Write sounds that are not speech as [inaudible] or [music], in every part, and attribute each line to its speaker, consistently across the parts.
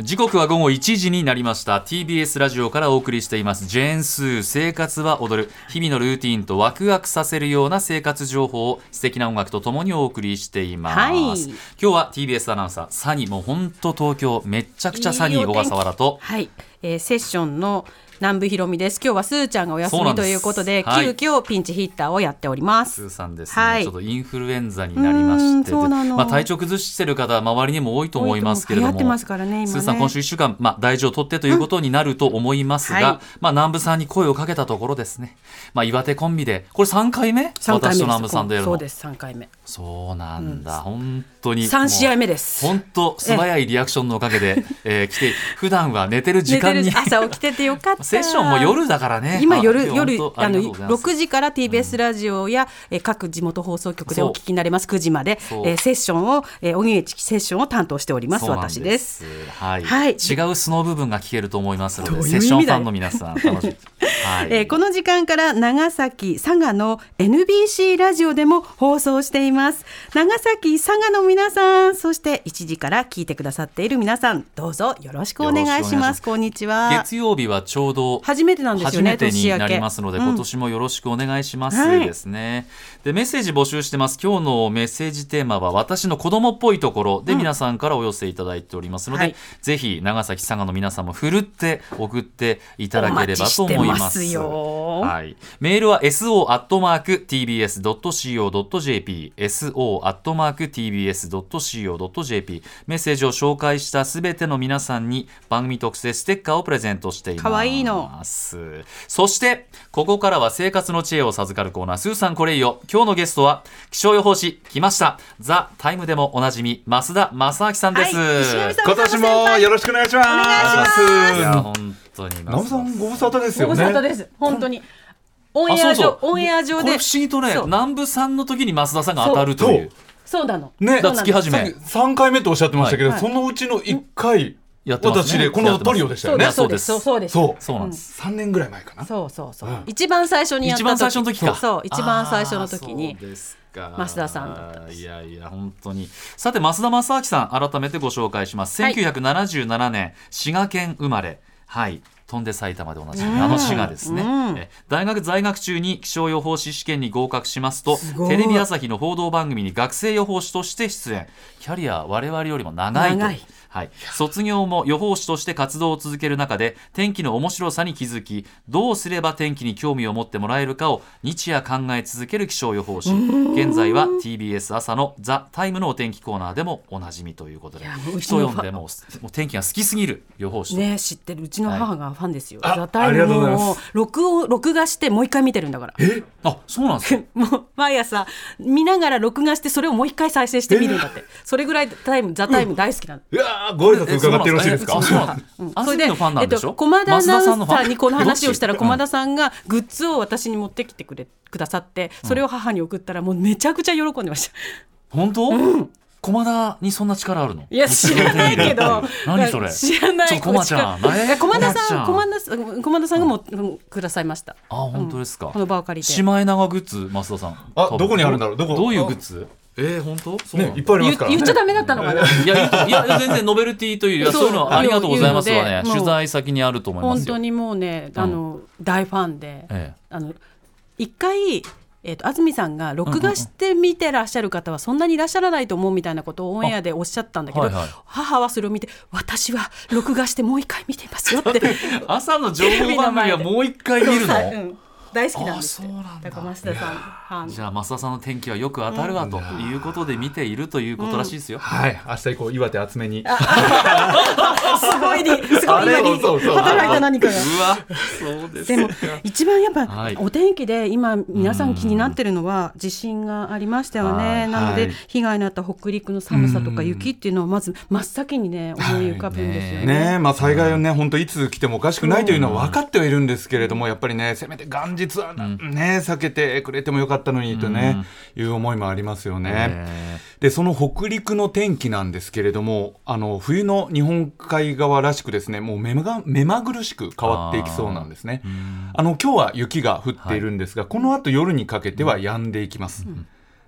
Speaker 1: 時刻は午後1時になりました TBS ラジオからお送りしていますジェーンスー生活は踊る日々のルーティンとワクワクさせるような生活情報を素敵な音楽とともにお送りしています、
Speaker 2: はい
Speaker 1: 今日は TBS アナウンサーサニーもう本当東京めっちゃくちゃサニ
Speaker 2: いい
Speaker 1: ー
Speaker 2: お
Speaker 1: 小
Speaker 2: 天気
Speaker 1: 笠原と
Speaker 2: はい、えーセッションの南部ひろみです。今日はすーちゃんがお休
Speaker 1: そうなん
Speaker 2: み
Speaker 1: で
Speaker 2: と
Speaker 1: す
Speaker 2: いうことで、
Speaker 1: はい
Speaker 2: 急遽ピンチヒッターをやっておりま
Speaker 1: スー
Speaker 2: す。
Speaker 1: さんですね、
Speaker 2: はい
Speaker 1: ちょっとインフルエンザになりまして
Speaker 2: うーんそうなの
Speaker 1: まあ、体調崩してる方周りにも多いと思いますけれど
Speaker 2: 流行
Speaker 1: も
Speaker 2: ってますからね、今ね。
Speaker 1: スーさん、今週1週間、まあ、大事を取ってということになると思いますが、
Speaker 2: うんはい
Speaker 1: まあ、南部さんに声をかけたところですね、まあ、岩手コンビで、これ3回目、
Speaker 2: 三
Speaker 1: 私
Speaker 2: 回目です
Speaker 1: と南部さんでやるの
Speaker 2: そうです、三回目。
Speaker 1: そうなんだ、本当に。
Speaker 2: 三試合目
Speaker 1: で
Speaker 2: です。
Speaker 1: 本当、素早いリアクションのおかげ
Speaker 2: [laughs]
Speaker 1: で、えー来て、普段は寝てる時
Speaker 2: 寝て
Speaker 1: 間
Speaker 2: る
Speaker 1: に、
Speaker 2: 朝起きててよかった。
Speaker 1: [laughs] セッションも夜だからね。
Speaker 2: 今
Speaker 1: あ
Speaker 2: 夜
Speaker 1: 本
Speaker 2: 夜
Speaker 1: 当
Speaker 2: あ
Speaker 1: り
Speaker 2: の
Speaker 1: がとうございます
Speaker 2: 6時から TBS ラジオや、えー各地元放送局で
Speaker 1: そう
Speaker 2: お聞きになれます9時まで、
Speaker 1: そう
Speaker 2: えーセッションをえー荻上チキセッションを担当しております
Speaker 1: そうなん
Speaker 2: 私です。。
Speaker 1: はい、
Speaker 2: はい
Speaker 1: 違う素の部分が聞けると思いますの
Speaker 2: どう
Speaker 1: で、
Speaker 2: い
Speaker 1: セッ
Speaker 2: う
Speaker 1: ション
Speaker 2: 意味
Speaker 1: フ
Speaker 2: だ
Speaker 1: ァ
Speaker 2: よ
Speaker 1: ンの皆さん、楽しみ。
Speaker 2: [laughs]
Speaker 1: はい
Speaker 2: えーこの時間から長崎佐賀の NBC ラジオでも放送しています長崎佐賀の皆さんそして1時から聞いてくださっている皆さんどうぞよろしくお願
Speaker 1: よろ
Speaker 2: い
Speaker 1: しくお願いし
Speaker 2: しま
Speaker 1: ます
Speaker 2: すこんにちは
Speaker 1: 月曜日はちょうど
Speaker 2: 初めてなんです
Speaker 1: 初
Speaker 2: よね
Speaker 1: めてに
Speaker 2: 年明
Speaker 1: な
Speaker 2: け
Speaker 1: りますので、
Speaker 2: うん
Speaker 1: 今年もよろしくお願いします、
Speaker 2: はい
Speaker 1: ですねでメッセージ募集してます今日のメッセージテーマは私の子供っぽいところで皆さんからお寄せいただいておりますので、
Speaker 2: はい
Speaker 1: ぜひ長崎佐賀の皆さんもふるって送っていただければと思い
Speaker 2: お
Speaker 1: ま
Speaker 2: 待ち
Speaker 1: す
Speaker 2: してますよ
Speaker 1: はい、メールは so.tbs.co.jp so.tbs.co.jp メッセージを紹介したすべての皆さんに番組特製ステッカーをプレゼントしています
Speaker 2: 可愛いの
Speaker 1: そしてここからは生活の知恵を授かるコーナースーさんこれいいよ今日のゲストは気象予報士来ましたザ・タイムでもおなじみ増田正明さんです、
Speaker 2: はい石上さん
Speaker 3: 今年もよろしくお願いします。お
Speaker 2: 願いし
Speaker 1: いや本当に
Speaker 3: ナムさんご無沙汰です
Speaker 2: ご無
Speaker 3: よね。
Speaker 2: 沙汰です本当にオンエ
Speaker 1: あ
Speaker 2: ア
Speaker 1: そうそう
Speaker 2: 上オンエア上
Speaker 1: これ
Speaker 2: で
Speaker 1: 不思議とね
Speaker 2: そう
Speaker 1: 南部さんの時に増田さんが当たるという
Speaker 2: そうなの
Speaker 3: ね
Speaker 1: だから月始
Speaker 3: さっ
Speaker 1: め
Speaker 3: き三回目とおっしゃってましたけど、
Speaker 2: はい
Speaker 3: そのうちの一回
Speaker 1: やってますね
Speaker 3: 私でこのトリオでした
Speaker 2: そ
Speaker 3: よ
Speaker 2: う
Speaker 3: ね
Speaker 2: で。すそうです
Speaker 1: そうです
Speaker 2: そうです
Speaker 3: そ
Speaker 1: そ
Speaker 3: う
Speaker 1: うなんです、
Speaker 3: 三年ぐらい前かな。
Speaker 2: そうそうそう、
Speaker 3: うん
Speaker 2: 一番最初にやった
Speaker 1: 一番最初の時か
Speaker 2: そう一番最初の時
Speaker 1: あ
Speaker 2: に
Speaker 1: ーそうですか
Speaker 2: 増田さんだったんです
Speaker 1: いやいや本当にさて増田正明さん改めてご紹介します、
Speaker 2: はい
Speaker 1: 1977年滋賀県生まれはい飛んで埼玉で同じみ
Speaker 2: うん
Speaker 1: あの滋賀ですね、
Speaker 2: うん
Speaker 1: え大学在学中に気象予報士試験に合格しますと
Speaker 2: すごい
Speaker 1: テレビ朝日の報道番組に学生予報士として出演キャリアは我々よりも長いと
Speaker 2: 長い
Speaker 1: はい、卒業も予報士として活動を続ける中で天気の面白さに気づきどうすれば天気に興味を持ってもらえるかを日夜考え続ける気象予報士現在は TBS 朝の「ザタイムのお天気コーナーでもおなじみということで
Speaker 2: いやもううち
Speaker 1: 人
Speaker 2: の
Speaker 1: 呼んでもうもう天気が好きすぎる予報士と、
Speaker 2: ね知ってるうちの母がファンですよ。
Speaker 3: はいあ
Speaker 2: ザタイ
Speaker 3: あり
Speaker 2: ム
Speaker 3: がとうござい
Speaker 2: も
Speaker 3: ま
Speaker 2: 録音録画してもう一回見てるんだから。
Speaker 1: あそうなんですか
Speaker 2: もう毎朝見ながら録画してそれをもう一回再生して見るんだって。それぐらいタイムザタイム大好きなの。
Speaker 3: いやーご挨拶伺ってよろしいですか
Speaker 1: え。そうなんですか
Speaker 2: うん
Speaker 1: あ
Speaker 2: そ
Speaker 1: ず
Speaker 2: れ
Speaker 1: みんのファンなんでし
Speaker 2: えっ
Speaker 1: ょ
Speaker 2: と、駒田アナウンサーにこの話をしたら
Speaker 1: 増田さんのファン
Speaker 2: 駒田さんがグッズを私に持ってきてくれくださってそれを母に送ったらもうめちゃくちゃ喜んでました。
Speaker 1: 本当、駒田にそんな力あるの
Speaker 2: いや [laughs] 知らないけど [laughs]
Speaker 1: 何それ
Speaker 2: 知らない
Speaker 1: ちょっと駒ちゃん
Speaker 2: こっちか
Speaker 1: え
Speaker 2: いや駒田さん
Speaker 1: 駒
Speaker 2: 駒田さん駒田さんがもううんくださいました
Speaker 1: あ本当ですか、
Speaker 2: この場を借りて
Speaker 1: シマエナガグッズ増田さん
Speaker 3: あ
Speaker 1: 多分
Speaker 3: どこにあるんだろうどこ
Speaker 1: どういうグッズえー、本当そうな
Speaker 3: ね
Speaker 1: の
Speaker 3: いっぱいありま
Speaker 2: 言
Speaker 3: すからね。
Speaker 2: 言っちゃダメだったのかな。
Speaker 1: いやいいいや全然ノベルティといういやそう
Speaker 2: そう
Speaker 1: いうのはありがとうございますわ
Speaker 2: いう
Speaker 1: ね
Speaker 2: のでもう
Speaker 1: 取材先にあると思いま
Speaker 2: 本
Speaker 1: すよ
Speaker 2: 当にもうね、あの、大ファンで、
Speaker 1: ええ
Speaker 2: あの一回。えっと安住さんが録画して見てらっしゃる方はそんなにいらっしゃらないと思うみたいなことをオンエアでおっしゃったんだけ
Speaker 1: あ
Speaker 2: ど、
Speaker 1: はいはい
Speaker 2: 母はそれを見て私は録画してもう一回見ていますよって
Speaker 1: 朝の情報番組はもう一回 [laughs]
Speaker 2: [laughs]
Speaker 1: 見るの、
Speaker 2: うん大好きなんですって
Speaker 1: あそうなんだ
Speaker 2: から増田さん
Speaker 1: じゃあ増田さんの天気はよく当たるわということで見ているということらしいですよ、
Speaker 3: はい明日以降岩手集めに。
Speaker 2: あすごいにすごい
Speaker 3: あ
Speaker 2: 今
Speaker 3: れ
Speaker 2: に
Speaker 3: そうそう
Speaker 2: 働いた何かが
Speaker 1: うわそうです
Speaker 3: [laughs]
Speaker 2: でも一番やっぱ、
Speaker 1: はい
Speaker 2: お天気で今皆さん気になってるのは地震がありましたよね、
Speaker 1: はい
Speaker 2: なので、
Speaker 3: はい
Speaker 2: 被害のあった北陸の寒さとか
Speaker 3: うん
Speaker 2: 雪っていうのをまず真っ先にね思い浮かぶんですよね。
Speaker 3: ねまあ、災害はね、本当、いつ来てもおかしくないというのは分かってはいるんですけれども、やっぱりね、せめて元日はなね、避けてくれてもよかったのにとね、いう思いもありますよね。
Speaker 1: え
Speaker 3: で、その北陸の天気なんですけれども、あの冬の日本海側らしくですね、もう目ま目まぐるしく変わっていきそうなんですね。あの今日は雪が降っているんですが、この後夜にかけては止んでいきます。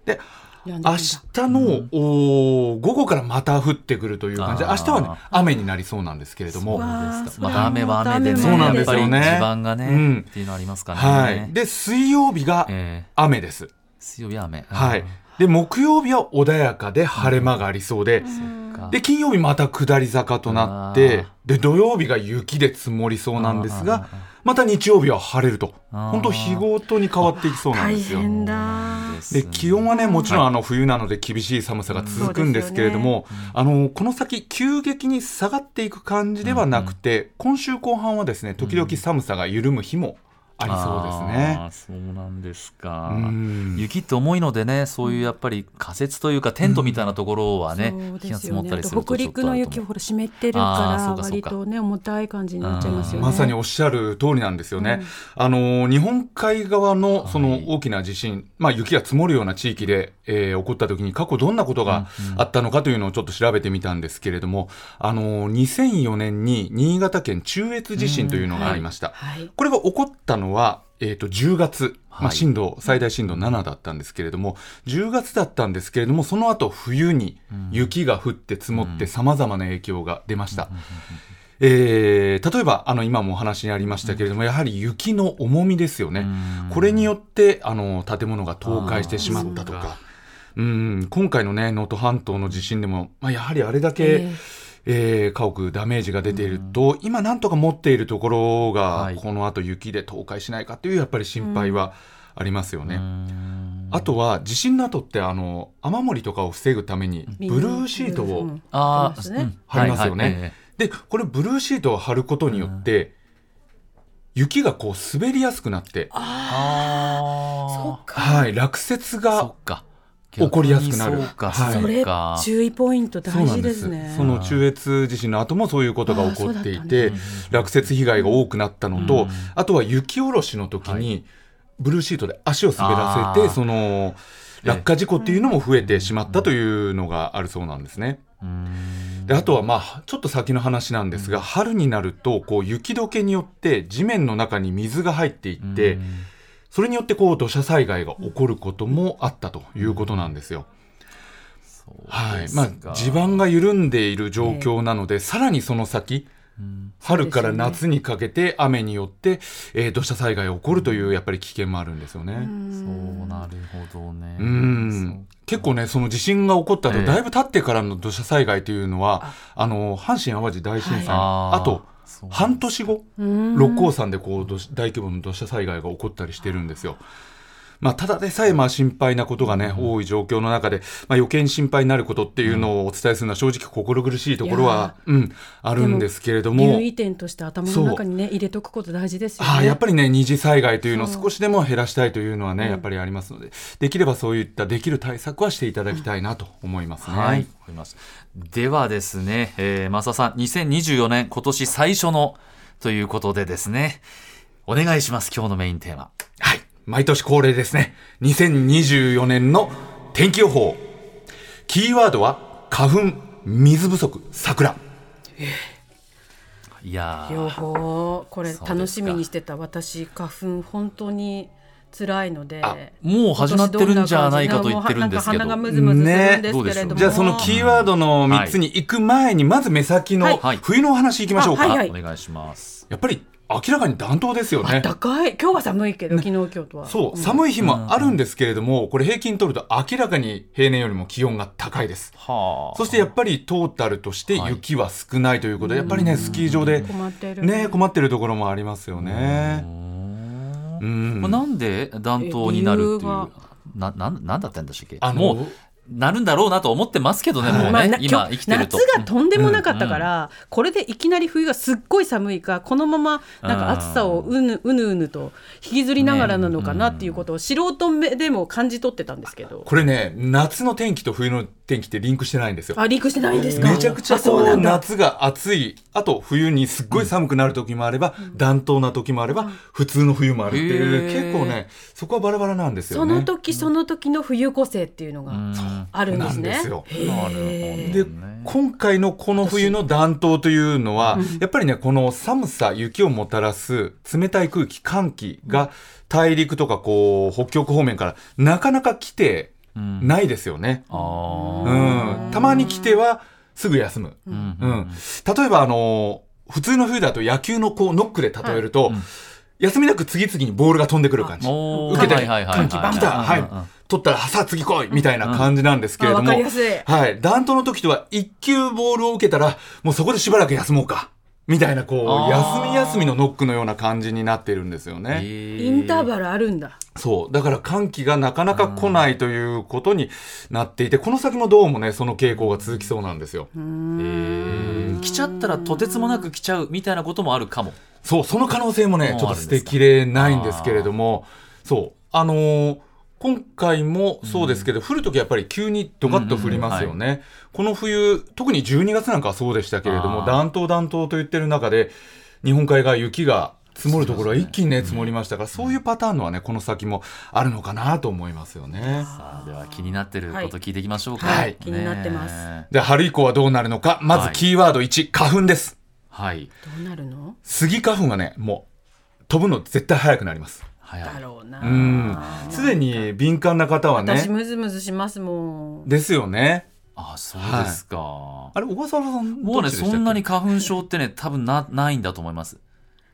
Speaker 3: で
Speaker 2: やんでるんだ
Speaker 3: 明日の、おー午後からまた降ってくるという感じで
Speaker 1: あー
Speaker 3: 明日はね雨になりそうなんですけれども、
Speaker 2: わあそれ
Speaker 1: ま
Speaker 2: は
Speaker 1: あ、雨は雨でね、
Speaker 2: また
Speaker 3: そうなん
Speaker 1: や
Speaker 3: で
Speaker 1: っ
Speaker 3: す
Speaker 1: ぱ
Speaker 3: よね
Speaker 1: り地盤がね、
Speaker 3: うん
Speaker 1: っていうのありますから
Speaker 3: はい
Speaker 1: ね。
Speaker 3: で水曜日が
Speaker 1: え
Speaker 3: 雨です、
Speaker 1: ー水曜日は雨。
Speaker 3: はい、で木曜日は穏やかで晴れ間がありそうで、
Speaker 1: うん
Speaker 3: で金曜日また下り坂となってで土曜日が雪で積もりそうなんです
Speaker 1: あーあー
Speaker 3: がまた日曜日は晴れると
Speaker 1: あー
Speaker 3: 本当日ごとに変わっていきそうなん
Speaker 2: 大
Speaker 3: ですよ。
Speaker 2: 変だ
Speaker 1: です
Speaker 3: で
Speaker 1: ね
Speaker 3: 気温はねもちろん
Speaker 1: はい
Speaker 3: あの冬なので厳しい寒さが続くんですけれども、あのこの先急激に下がっていく感じではなくて、今週後半はですね時々寒さが緩む日もありそうですね。
Speaker 1: あーそうなんですか。
Speaker 3: うん
Speaker 1: 雪って重いのでね、そういうやっぱり仮設というかテントみたいなところはね、雪が積もったりすると
Speaker 2: 北
Speaker 1: ちょっと
Speaker 2: 陸
Speaker 1: あ
Speaker 2: の
Speaker 1: ると
Speaker 2: 雪
Speaker 1: 思う
Speaker 2: ほら湿ってる
Speaker 1: あー
Speaker 2: か
Speaker 1: そう
Speaker 2: ら
Speaker 1: かそう
Speaker 2: 割
Speaker 1: か
Speaker 2: とね重たい感じになっちゃいますよね。
Speaker 3: まさにおっしゃる通りなんですよね。あの日本海側のその大きな地震、まあ雪が積もるような地域で、えー起こった時に過去どんなことがあったのかというのをちょっと調べてみたんですけれども、あの2004年に新潟県中越地震というのがありました。
Speaker 2: はい。
Speaker 3: これが起こったのは、えー、と10月、ま
Speaker 1: は
Speaker 3: あ、
Speaker 1: い
Speaker 3: 震度最大震度7だったんですけれども、10月だったんですけれどもその後冬に雪が降って積もってさまざまな影響が出ました、えー例えばあの今もお話にありましたけれども、やはり雪の重みですよね、これによってあの建物が倒壊してしまったと
Speaker 1: あーそう
Speaker 3: か。うん今回のね能登半島の地震でも、まあ、やはりあれだけ、
Speaker 2: え
Speaker 3: えー家屋ダメージが出ていると、今なんとか持っているところが、
Speaker 1: はい
Speaker 3: この後雪で倒壊しないかというやっぱり心配はありますよね。
Speaker 1: うん
Speaker 3: あとは地震の後ってあの雨漏りとかを防ぐために
Speaker 2: え
Speaker 3: ブルーシートを、
Speaker 2: うん
Speaker 1: あ
Speaker 2: あります
Speaker 1: ー
Speaker 2: ね
Speaker 1: うん
Speaker 3: 貼りますよね
Speaker 1: はいはいえ
Speaker 3: でこれブルーシートを貼ることによって、雪がこう滑りやすくなって、
Speaker 1: え
Speaker 2: そっ
Speaker 1: あ
Speaker 2: か。
Speaker 3: はい、落雪
Speaker 1: あ、
Speaker 3: が
Speaker 1: そっか。
Speaker 3: 起こりやすくなる
Speaker 1: 逆にそうか、
Speaker 3: はい
Speaker 2: それ
Speaker 1: うか。
Speaker 2: 注意ポイント
Speaker 3: そう
Speaker 2: 大
Speaker 3: なん
Speaker 2: 事
Speaker 3: で
Speaker 2: です
Speaker 3: す
Speaker 2: ね。
Speaker 3: その中越地震の後もそういうことが起こって
Speaker 1: ーそうだ
Speaker 2: あ
Speaker 3: いて、
Speaker 1: ったんだ
Speaker 3: 落雪被害が多くなったのと、
Speaker 1: うん
Speaker 3: あとは雪下ろしの時に、
Speaker 1: は
Speaker 3: ブルーシートで足を滑らせ
Speaker 1: あ
Speaker 3: て
Speaker 1: ー
Speaker 3: その
Speaker 1: ええ
Speaker 3: 落下事故っていうのも増えてしまったというのがあるそうなんですね。
Speaker 1: うん
Speaker 3: であとはまあちょっと先の話なんですが、春になるとこう雪解けによって地面の中に水が入っていって、
Speaker 1: うん
Speaker 3: それによってこう土砂災害が起こることもあったということなんですよ。
Speaker 1: そう
Speaker 3: はい
Speaker 1: です
Speaker 3: ま
Speaker 1: か
Speaker 3: あ、地盤が緩んでいる状況なので、さらにその先、春から夏にかけて雨によって、えー土砂災害が起こるというやっぱり危険もあるんですよね。
Speaker 1: そうなるほどね。
Speaker 3: うん結構ねその地震が起こったと、
Speaker 1: ええ
Speaker 3: だいぶ経ってからの土砂災害というのはあの阪神・淡路大震災、
Speaker 2: はい
Speaker 1: あー
Speaker 3: あと
Speaker 1: そう
Speaker 3: 半年後
Speaker 2: うん
Speaker 3: 六甲山でこう土砂大規模の土砂災害が起こったりしてるんですよ。まあ、ただでさえまあ心配なことが、ね多い状況の中で、まあ、余計に心配になることっていうのをお伝えするのは正直心苦しいところは、うん、あるんですけれども
Speaker 2: 留意点として頭の中にね入れとくこと大事ですよね。
Speaker 3: ああやっぱりね二次災害というのを
Speaker 2: そう
Speaker 3: 少しでも減らしたいというのはね、やっぱりありますのでできればそういったできる対策はしていただきたいなと思いますね。
Speaker 1: はい、わかりましたではですね、えー、増田さん、2024年、今年最初のということでですね、お願いします、今日のメインテーマ。
Speaker 3: はい。毎年恒例ですね。2024年の天気予報。キーワードは、花粉、水不足、桜。
Speaker 1: いやー
Speaker 2: 両方これ
Speaker 1: そうですか
Speaker 2: 楽しみにしてた私花粉本当に辛いので
Speaker 3: あ
Speaker 1: もう始まってるんじゃないかと言ってるんですけど
Speaker 2: 今年どな感じなのもう鼻がムズムズするんですけれど
Speaker 1: ね
Speaker 2: も、
Speaker 1: どうでしょう
Speaker 3: じゃあそのキーワードの3つに行く前に、まず目先の
Speaker 1: はい
Speaker 3: 冬のお話いきましょうか。
Speaker 2: はいはい
Speaker 1: お願いします。
Speaker 3: やっぱり明らかに暖冬ですよね。
Speaker 2: 高い今日は寒いけど昨日今日とは
Speaker 3: そう、寒い日もあるんですけれども、これ平均取ると明らかに平年よりも気温が高いです。
Speaker 1: はあ。
Speaker 3: そしてやっぱりトータルとして雪は少ないということで、やっぱりね、スキー場で
Speaker 2: 困ってる
Speaker 3: ね、困ってるところもありますよね。うん
Speaker 1: これなんで暖冬になるってい
Speaker 2: え理由が
Speaker 1: う。な、なん、なんだったんでしたっけ
Speaker 3: あの
Speaker 1: もう、なるんだろうなと思ってますけどね、もう
Speaker 2: まあ
Speaker 1: ね
Speaker 2: な、
Speaker 1: 今
Speaker 2: 今
Speaker 1: 生
Speaker 2: 日
Speaker 1: きてると。
Speaker 2: 夏がとんでもなかったから、これでいきなり冬がすっごい寒いかこのままなんか暑さをうぬうぬうぬと引きずりながらなのかなっていうことを素人目でも感じ取ってたんですけど、
Speaker 3: これね、夏の天気と冬の天気ってリンクしてないんですよ。
Speaker 2: あリークしてないんですか
Speaker 3: めちゃくちゃ
Speaker 2: あそう
Speaker 3: こ
Speaker 2: な
Speaker 3: うん
Speaker 2: だ
Speaker 3: 夏が暑い、あと冬にすっごい寒くなる時もあれば、暖冬な時もあれば、普通の冬もあるってい
Speaker 1: へ
Speaker 3: う、
Speaker 1: ー
Speaker 3: 結構ね、そこはバラバラなんですよ
Speaker 2: そ
Speaker 3: ね。
Speaker 2: の時その時の冬個性っていうの
Speaker 1: う
Speaker 2: が
Speaker 1: ん
Speaker 2: あるんですね。
Speaker 3: なんですよ
Speaker 2: へー
Speaker 3: で今回のこの冬の暖冬というのは、やっぱりねこの寒さ雪をもたらす冷たい空気寒気が大陸とかこう北極方面からなかなか来て
Speaker 1: うん
Speaker 3: ないですよね。
Speaker 1: あー
Speaker 3: うん、たまに来てはすぐ休む。
Speaker 1: うんうん
Speaker 3: うん、例えばあのー普通の冬だと野球のこうノックで例えると、
Speaker 1: うん
Speaker 3: 休みなく次々にボールが飛んでくる感じ。
Speaker 1: おー
Speaker 3: 受けて
Speaker 1: はいはいはいはい
Speaker 3: 歓喜バンターはい
Speaker 1: うんうんうん
Speaker 3: 取ったらさあ次来いみたいな感じなんですけれ
Speaker 2: あ
Speaker 3: ど
Speaker 2: わ
Speaker 3: も、
Speaker 2: かりやすい。
Speaker 3: はい、弾頭の時とは1球ボールを受けたらもうそこでしばらく休もうかみたいなこう
Speaker 1: あー
Speaker 3: 休み休みのノックのような感じになってるんですよね。
Speaker 2: インター
Speaker 1: ル
Speaker 2: バルあるんだ。
Speaker 3: そう。だから寒気がなかなか来ないということになっていて、この先もどうもね、その傾向が続きそうなんですよ。
Speaker 1: 来ちゃったらとてつもなく来ちゃうみたいなこともあるかも
Speaker 3: そう、その可能性もね
Speaker 1: も、う
Speaker 3: ちょっと捨てきれないんですけれども、そう。あのー今回もそうですけど、降るときやっぱり急にドカッと降りますよね。
Speaker 1: うん
Speaker 3: この冬、特に12月なんかはそうでしたけれど
Speaker 1: あ
Speaker 3: も、
Speaker 1: ー
Speaker 3: 暖冬暖冬と言ってる中で、日本海側雪が積もるところは一気にね、積もりましたから、そういうパターンのはね、この先もあるのかなと思いますよね。
Speaker 1: さあでは気になってること聞いていきましょうか、
Speaker 2: はい
Speaker 1: ね
Speaker 2: 気になってます
Speaker 3: で、春以降はどうなるのか。ま
Speaker 1: は
Speaker 3: ず
Speaker 1: い
Speaker 3: キーワード1、花粉です。
Speaker 1: はい
Speaker 2: どうなるの？
Speaker 3: スギ花粉がね、もう飛ぶの絶対早くなります。
Speaker 1: はい
Speaker 2: だろうな。
Speaker 3: うん。すでに敏感な方は
Speaker 2: 私
Speaker 3: ね。
Speaker 2: ムズムズしますもん。
Speaker 3: ですよね。
Speaker 1: あそうですか、
Speaker 3: あれ、小笠原さん、
Speaker 1: もう
Speaker 3: ど
Speaker 1: ね
Speaker 3: っちでしたっ
Speaker 1: そ
Speaker 3: け
Speaker 1: んなに花粉症ってね多分なないんだと思います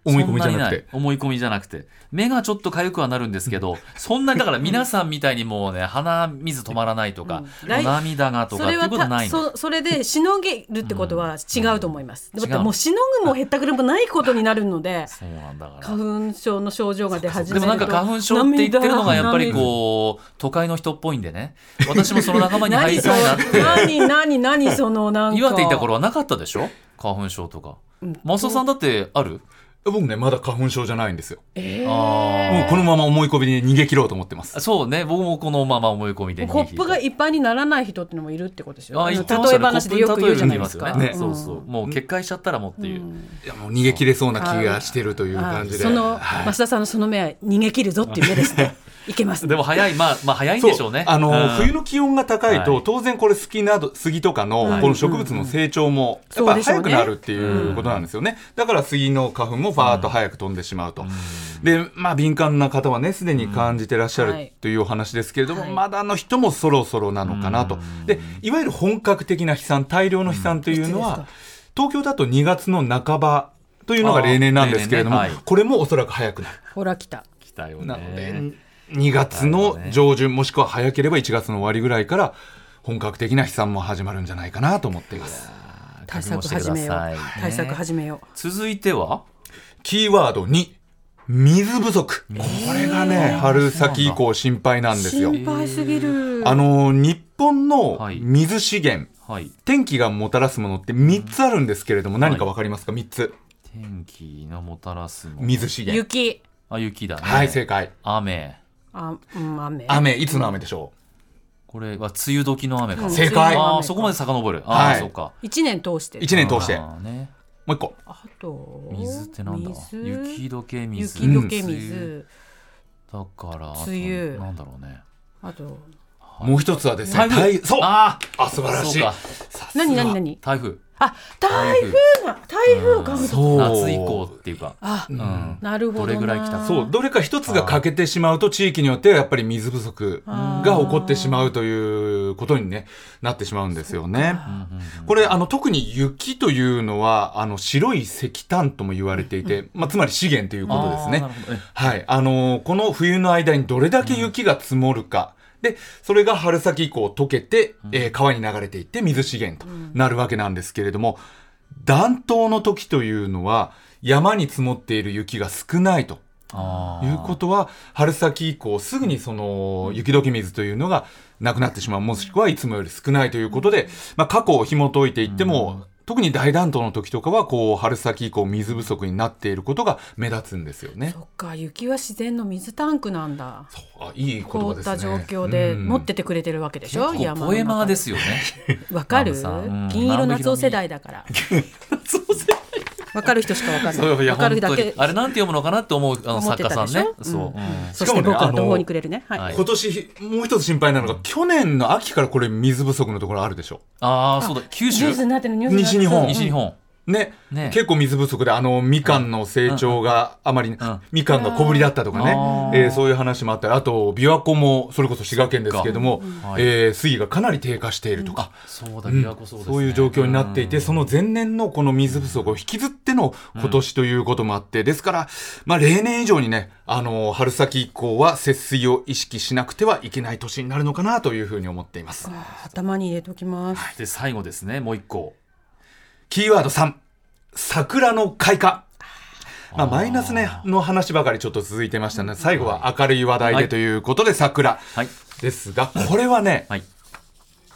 Speaker 3: 思い込みじゃ
Speaker 1: そんに
Speaker 3: なくて。
Speaker 1: ない思い込みじゃなくて目がちょっと痒くはなるんですけどそんなにだから皆さんみたいにもうね鼻水止まらないとか、
Speaker 2: うんだい
Speaker 1: お涙がとか
Speaker 2: そ
Speaker 1: って
Speaker 2: れ
Speaker 1: いう
Speaker 2: は
Speaker 1: ことはない
Speaker 2: た
Speaker 1: んだ
Speaker 2: そそれでしのげるってことは違うと思います。
Speaker 1: うん
Speaker 2: だって
Speaker 1: 違う
Speaker 2: もうしのぐもへったくれもないことになるので。
Speaker 1: そうなんだから
Speaker 2: 花粉症の症状が出始め
Speaker 1: で
Speaker 2: る
Speaker 1: も
Speaker 2: と
Speaker 1: なんか花粉症って言ってるのがやっぱりこう都会の人っぽいんでね私もその仲間に入りたいなっ
Speaker 2: [laughs]
Speaker 1: て
Speaker 2: 何何何そのなんか
Speaker 1: 岩手いた頃はなかったでしょ花粉症とかマスオさんだってある
Speaker 3: 僕ね、まだ花粉症じゃないんですよ。
Speaker 2: え
Speaker 1: あ
Speaker 3: もうこのまま思い込みで逃げ切ろうと思ってます。
Speaker 1: そうね僕もこのまま思い込みで
Speaker 2: ー
Speaker 1: 逃げ
Speaker 2: コ
Speaker 1: 切
Speaker 2: ッ
Speaker 1: り
Speaker 2: プ
Speaker 1: た
Speaker 2: がいっぱいにならない人ってのもいるってことですよ
Speaker 1: あ
Speaker 2: 例
Speaker 1: 言ってました
Speaker 2: え
Speaker 1: ね
Speaker 2: 話でよく言うじゃないですか、
Speaker 1: コップに例え
Speaker 3: ね
Speaker 1: るんよねそうそうもう決壊しちゃったらもうっていう、
Speaker 3: いや、もう逃げ切れそうな気がしてるという
Speaker 2: あ
Speaker 3: 感
Speaker 2: ー
Speaker 3: じで。
Speaker 2: その
Speaker 3: はい
Speaker 2: 増田さんのその目は逃げ切るぞっていう目ですねいけますね
Speaker 1: でも早いまあまあ早いんでしょうね
Speaker 3: そあのー、
Speaker 1: うん
Speaker 3: 冬の気温が高いと、
Speaker 1: はい
Speaker 3: 当然これ杉など杉とかの
Speaker 1: はい
Speaker 3: この植物の成長もやっ
Speaker 2: そう
Speaker 3: ぱ
Speaker 2: で
Speaker 3: り
Speaker 2: しょうね
Speaker 3: 早くなるっていうことなんですよね。だから杉の花粉もファーッと早く飛んでしまうと。でまあ敏感な方はねすでに感じてらっしゃ
Speaker 2: うんは
Speaker 3: る
Speaker 2: い
Speaker 3: というお話ですけれども、
Speaker 2: はい
Speaker 3: まだの人もそろそろなのかなと。でいわゆる本格的な飛散大量の飛散とい
Speaker 2: いつ
Speaker 3: うの
Speaker 2: です
Speaker 3: は
Speaker 2: か
Speaker 3: 東京だと2月の半ばというのが例年なんですけれども、
Speaker 1: あー例年ねはい
Speaker 3: これもおそらく早くなる。
Speaker 2: ほら来た
Speaker 1: 来たよね
Speaker 3: なので、2月の上旬、もしくは早ければ1月の終わりぐらいから、本格的な飛散も始まるんじゃないかなと思っています。
Speaker 2: 対策始めよう、対策始めよ
Speaker 1: 続いては
Speaker 3: キーワード2、水不足。これがね、春先以降心配な
Speaker 2: うん
Speaker 3: ですよ。
Speaker 2: 心配すぎる
Speaker 3: あの、日本の
Speaker 1: はい
Speaker 3: 水資源、
Speaker 1: はい
Speaker 3: 天気がもたらすものって3つあるんですけれども、何かわかりますか ?3 つ。
Speaker 1: 天気のもたらすもの
Speaker 3: 水資源。
Speaker 2: 雪
Speaker 1: あ雪だね
Speaker 3: はい、正解。
Speaker 1: 雨
Speaker 2: あ、うん、雨
Speaker 3: 雨、いつの雨でしょ
Speaker 1: これは梅雨時の雨か、
Speaker 2: うん
Speaker 3: 正解
Speaker 1: ああそこまで遡るああ、
Speaker 3: はい
Speaker 1: そうか
Speaker 2: 一年通して
Speaker 3: う ?1 年通して。
Speaker 1: ああね
Speaker 3: もう1個。
Speaker 2: あと
Speaker 1: 水ってなんだ
Speaker 2: 水
Speaker 1: 雪解け水
Speaker 2: 雪解け
Speaker 1: うん
Speaker 2: 水、
Speaker 1: だから
Speaker 2: 梅雨
Speaker 1: あとなんだろうね
Speaker 2: あと
Speaker 3: もう1つはですね、
Speaker 1: 台風
Speaker 3: 台そう
Speaker 1: あ
Speaker 3: あ、素晴
Speaker 1: あ
Speaker 3: らし
Speaker 1: そう
Speaker 3: い。
Speaker 1: か
Speaker 2: 何何何
Speaker 1: 台風
Speaker 2: あ台風が台風か
Speaker 3: そう
Speaker 1: 夏以降っていうか
Speaker 2: あ
Speaker 1: うん
Speaker 2: なるほどな
Speaker 1: どれぐらい来た
Speaker 3: そうどれか一つが欠けてしまうと地域によってはやっぱり水不足が起こってしまうということに、ね、なってしまうんですよね。これあの特に雪というのはあの白い石炭とも言われていて、まあ、つまり資源ということです
Speaker 1: ああな
Speaker 3: ね
Speaker 1: る。ほどえ
Speaker 3: はいあのこの冬の間にどれだけ雪が積もるか。でそれが春先以降溶けて、えー川に流れていって水資源となるわけなんですけれども、暖冬の時というのは山に積もっている雪が少ないと
Speaker 1: ああ
Speaker 3: いうことは春先以降すぐにその雪解け水というのがなくなってしまうもしくはいつもより少ないということで、まあ、過去を紐解いていっても、特に大暖冬の時とかはこう春先以降水不足になっていることが目立つんですよね
Speaker 2: そ。っか雪は自然の水タンクなんだ
Speaker 3: そうあいい言
Speaker 2: 凍
Speaker 3: 葉
Speaker 2: っ
Speaker 3: です
Speaker 2: た
Speaker 3: ね。
Speaker 2: 状況で
Speaker 3: うん
Speaker 2: 持っててくれてるわけでし
Speaker 1: 結
Speaker 2: ょ、
Speaker 1: 構
Speaker 2: 山の中
Speaker 1: ポエマーですよね
Speaker 2: わかる
Speaker 1: マムさんうん
Speaker 2: 銀色夏男世代だからわかる人しかわかんない
Speaker 3: そういや
Speaker 2: わかるだ
Speaker 1: 本
Speaker 2: け
Speaker 1: 当にあれなんて読むのかなって思うあの
Speaker 2: 思
Speaker 1: 作
Speaker 2: って
Speaker 1: 家さ
Speaker 2: た
Speaker 1: ん
Speaker 2: でしょ
Speaker 1: ねそううん
Speaker 2: そ
Speaker 3: し
Speaker 2: し
Speaker 3: かも
Speaker 2: て僕
Speaker 3: ね
Speaker 2: は
Speaker 3: あの
Speaker 2: 途方にくれるねはい、
Speaker 1: はい
Speaker 3: 今年もう一つ心配なのが去年の秋からこれ水不足のところあるでしょ
Speaker 1: ああそうだ九
Speaker 2: ニュ
Speaker 1: 州
Speaker 2: ースになってるニュースになってる
Speaker 3: 西日本
Speaker 1: 西日本
Speaker 3: ね
Speaker 1: ね
Speaker 3: 結構水不足であのみかんの成長があまり、
Speaker 1: ん
Speaker 3: みかんが小ぶりだったとかね
Speaker 1: あー、
Speaker 3: えーそういう話もあったりあと琵琶湖もそれこそ滋賀県ですけれども
Speaker 1: っ、かはい
Speaker 3: えー水位がかなり低下しているとか。
Speaker 1: そうだ、琵琶湖そうです、ね
Speaker 3: そういう状況になっていて、
Speaker 1: うん
Speaker 3: その前年のこの水不足を引きずっての今年ということもあって、ですから、まあ、例年以上にね、あの春先以降は節水を意識しなくてはいけない年になるのかなというふうに思っています。
Speaker 2: 頭に入れときます。
Speaker 1: で最後ですねもう一個
Speaker 3: キーワード3、桜の開花。まあ、マイナス、ね
Speaker 1: あ、
Speaker 3: の話ばかりちょっと続いてましたね。最後は明るい話題
Speaker 1: はい
Speaker 3: でということで桜
Speaker 1: ーはい
Speaker 3: ですが、これはね、
Speaker 1: はい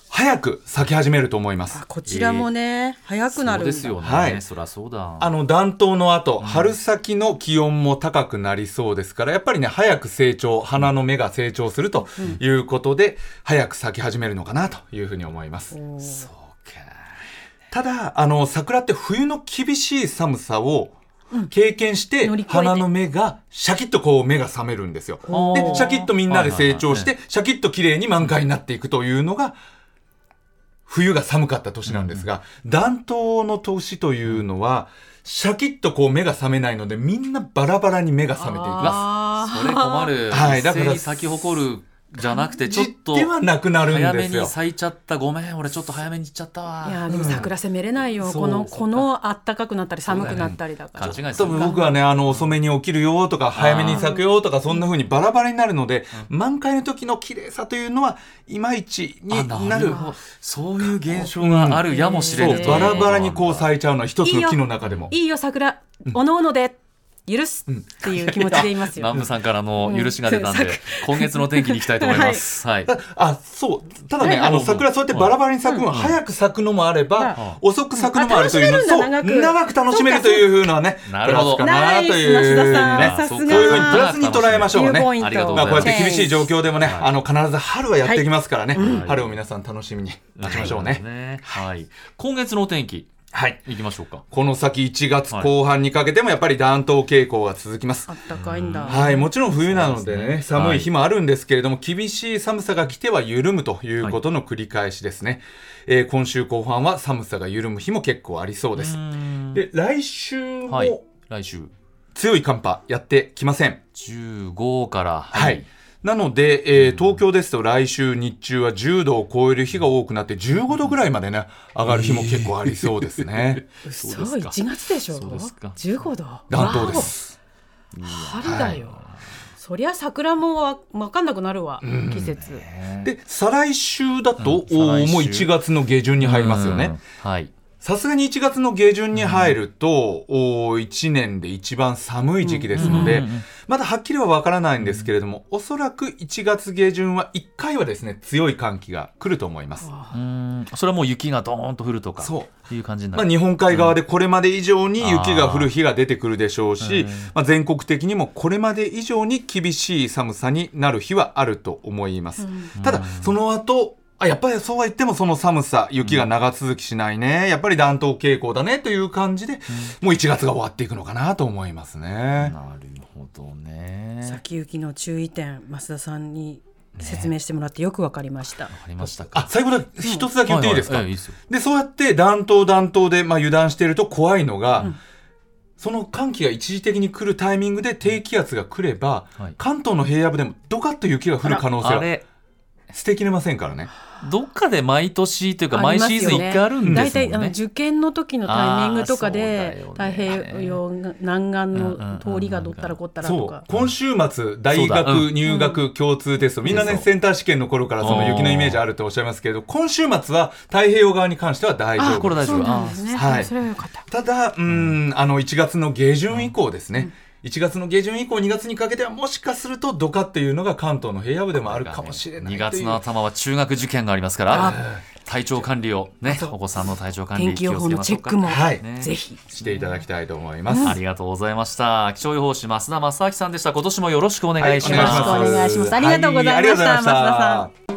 Speaker 3: 早く咲き始めると思います
Speaker 2: あ。こちらもね、早くなる
Speaker 1: そうで
Speaker 2: んだ
Speaker 1: すよね、
Speaker 3: はい
Speaker 1: そりゃそうだ
Speaker 3: あの暖冬の後、春先の気温も高くなりそうですから、やっぱりね、早く成長、花の芽が成長するということで、早く咲き始めるのかなというふうに思います。
Speaker 2: おー
Speaker 1: そうか
Speaker 3: ただ、あの、桜って冬の厳しい寒さを経験して、
Speaker 2: 乗り越えて
Speaker 3: 花の芽が、シャキッとこう芽が覚めるんですよ。
Speaker 1: おー
Speaker 3: で、シャキッとみんなで成長し
Speaker 1: は
Speaker 3: て、シャキッと綺麗に満開になっていくというのが、冬が寒かった年なんですが、暖冬の年というのは、シャキッとこう目が覚めないので、みんなバラバラに目が覚めていきま
Speaker 2: あー
Speaker 1: それ困る、
Speaker 3: はい
Speaker 1: 一
Speaker 3: だから
Speaker 1: 斉に咲き誇るじゃなくて
Speaker 3: す。
Speaker 1: ちょっと
Speaker 3: ではなくなる
Speaker 1: 早
Speaker 3: ん
Speaker 1: め
Speaker 3: です
Speaker 1: に
Speaker 3: よ。
Speaker 1: 咲いちゃったごめん俺ちょっと早めに行っちゃったわ
Speaker 2: いやーでも桜攻めれないよ、
Speaker 3: うん
Speaker 2: この
Speaker 3: そう
Speaker 2: このあったかくなったり寒くなったりだから
Speaker 1: 勘違いする
Speaker 3: 多分僕はね、あの、遅めに起きるよとか、早めに咲くよとか、そんな風にバラバラになるので、満開の時の綺麗さというのは、いまいちに
Speaker 1: あな
Speaker 3: な
Speaker 1: る
Speaker 3: る。
Speaker 1: ほどそういう現象があるやもしれ
Speaker 3: そ、
Speaker 1: ぬということ
Speaker 3: バ
Speaker 1: なんだ
Speaker 3: ラバラにこう咲いちゃうのは一つの木の中でも。
Speaker 2: いいよ桜、おのおので許すっていう気持ちでいますよ。
Speaker 1: 南部さんからの許しが出たんで、今月の天気に行きたいと思い
Speaker 3: [laughs]
Speaker 1: ます。はい。
Speaker 3: あそうただね、
Speaker 1: はい
Speaker 3: あの桜、そうやってバラバラに咲くのは、早く咲くのもあれば、遅く咲くのもあるという
Speaker 2: あ
Speaker 3: の、
Speaker 2: 楽しめるんだ
Speaker 3: そう
Speaker 2: 長
Speaker 3: 長
Speaker 2: く
Speaker 3: く楽しめるというふうなね、
Speaker 1: なるほど
Speaker 3: プラスかなというふうに
Speaker 2: ナイス増
Speaker 3: ね、
Speaker 2: 田
Speaker 1: そ
Speaker 2: さ
Speaker 1: うんか
Speaker 2: さす
Speaker 3: そう
Speaker 2: が
Speaker 3: いうふうにプラスに捉えましょう
Speaker 2: ビューポイ
Speaker 3: ね。
Speaker 2: ント
Speaker 1: ありがとうご
Speaker 3: ま
Speaker 1: ざ
Speaker 3: あ、
Speaker 1: い
Speaker 3: こう
Speaker 1: ま
Speaker 3: や
Speaker 1: す
Speaker 3: って。厳しい状況でもね、
Speaker 1: はい
Speaker 3: あの必ず春はやってきますからね、
Speaker 1: はい
Speaker 3: 春を皆さん楽しみに待ちましょうね。
Speaker 1: ね。はい。今月のお天気、
Speaker 3: はい
Speaker 1: 行きましょうか。
Speaker 3: この先1月後半にかけてもやっぱり暖冬傾向が続きます
Speaker 2: あ。ったかいんだ。
Speaker 3: はい、もちろん冬なので
Speaker 1: そう
Speaker 3: ね、
Speaker 1: ですね
Speaker 3: 寒い日もあるんですけれども、厳しい寒さが来ては緩むということの繰り返しですね。えー今週後半は寒さが緩む日も結構ありそうです。で、来週
Speaker 1: はい
Speaker 3: も。
Speaker 1: 来週
Speaker 3: 強い寒波やってきません。
Speaker 1: 15から。
Speaker 3: はい。。なので、えー東京ですと来週日中は10度を超える日が多くなって15度ぐらいまでね、上がる日も結構ありそうですね。
Speaker 2: 嘘
Speaker 1: そうですか
Speaker 2: 1月でしょ
Speaker 1: そうですか
Speaker 2: 15度
Speaker 3: [laughs] 暖冬です。
Speaker 2: わお春だよ、そりゃ桜もわ分かんなくなるわ、季節
Speaker 3: で、再来週だと、
Speaker 1: うん再来
Speaker 3: おー
Speaker 1: 週
Speaker 3: もう1月の下旬に入りますよね。
Speaker 1: うん。はい。
Speaker 3: さすがに1月の下旬に入ると、お1年で一番寒い時期ですので、
Speaker 1: うんうんうんうん
Speaker 3: まだはっきりはわからないんですけれども、おそらく1月下旬は1回はですね、強い寒気が来ると思いま
Speaker 1: う
Speaker 3: す。
Speaker 1: ーんそれはもう雪がどーンと降るとか、
Speaker 3: そう
Speaker 1: いう感じにな
Speaker 3: まあ、
Speaker 1: る。
Speaker 3: 日本海側でこれまで以上に雪が降る日が出てくるでしょうし
Speaker 1: うんあー、
Speaker 3: まあ、全国的にもこれまで以上に厳しい寒さになる日はあると思います。ただ、その後、あやっぱりそうは言ってもその寒さ、雪が長続きしないね、やっぱり暖冬傾向だねという感じで、もう1月が終わっていくのかなと思いますね。
Speaker 1: なるほどね。わ
Speaker 2: 先行きの注意点増田さんに説明してもらってよく分かりました、
Speaker 1: かりましたか。
Speaker 3: あ、最後だけ、一つだけ言っていいですか、
Speaker 1: ははええいいですよ。
Speaker 3: で、そうやって暖冬暖冬で、まあ、油断してると怖いのが、その寒気が一時的に来るタイミングで低気圧が来れば、
Speaker 1: はい
Speaker 3: 関東の平野部でもドカッと雪が降る可能性
Speaker 1: あ
Speaker 3: は
Speaker 1: れ、
Speaker 3: 捨てきれませんからね。
Speaker 1: どっかで毎年というか、
Speaker 2: あ
Speaker 1: 毎
Speaker 2: ります
Speaker 1: シー
Speaker 2: よ
Speaker 1: ズン1回あるんで
Speaker 2: 大
Speaker 1: すも
Speaker 2: 体、
Speaker 1: ん
Speaker 2: あの
Speaker 1: ね。
Speaker 2: 受験の時のタイミングとかで、
Speaker 1: あーそうだ
Speaker 2: 太
Speaker 1: よね
Speaker 2: 平洋南岸の通りがどったらこったらと
Speaker 3: そう
Speaker 2: か。
Speaker 3: 今週末、大
Speaker 1: そうだう
Speaker 3: 学入学共通テスト、みんな
Speaker 1: そ
Speaker 3: ね、
Speaker 1: う
Speaker 3: センター試験の頃からその雪のイメージあるとおっしゃいますけれど、今週末は太平洋側に関しては大丈
Speaker 1: あ、こ
Speaker 3: 夫
Speaker 1: れ。大丈
Speaker 2: そう
Speaker 1: 夫。
Speaker 2: なんですね、
Speaker 3: はい
Speaker 2: それはよかった
Speaker 3: ただ、うん、あの、1月の下旬以降ですね。1月の下旬以降、2月にかけては、もしかするとドカっていうのが関東の平野部でもあるかもしれない
Speaker 1: 2
Speaker 3: とい
Speaker 1: 月
Speaker 3: う
Speaker 1: の頭は中学受験がありますから、体調管理をね、お子さんの体調管理
Speaker 2: 天気予報のチェック
Speaker 1: 気をつ
Speaker 2: も、
Speaker 3: はい
Speaker 1: ね
Speaker 2: ぜひ
Speaker 3: していただきたいと思います。
Speaker 1: けましょうかありがとうございました。気象予報士増田正明さんでした。今年もよろしくお願いし
Speaker 2: よろ
Speaker 1: ま
Speaker 2: し
Speaker 1: す。
Speaker 2: くお願いしますありがとうございました
Speaker 3: はありがとうござい
Speaker 2: 増田さん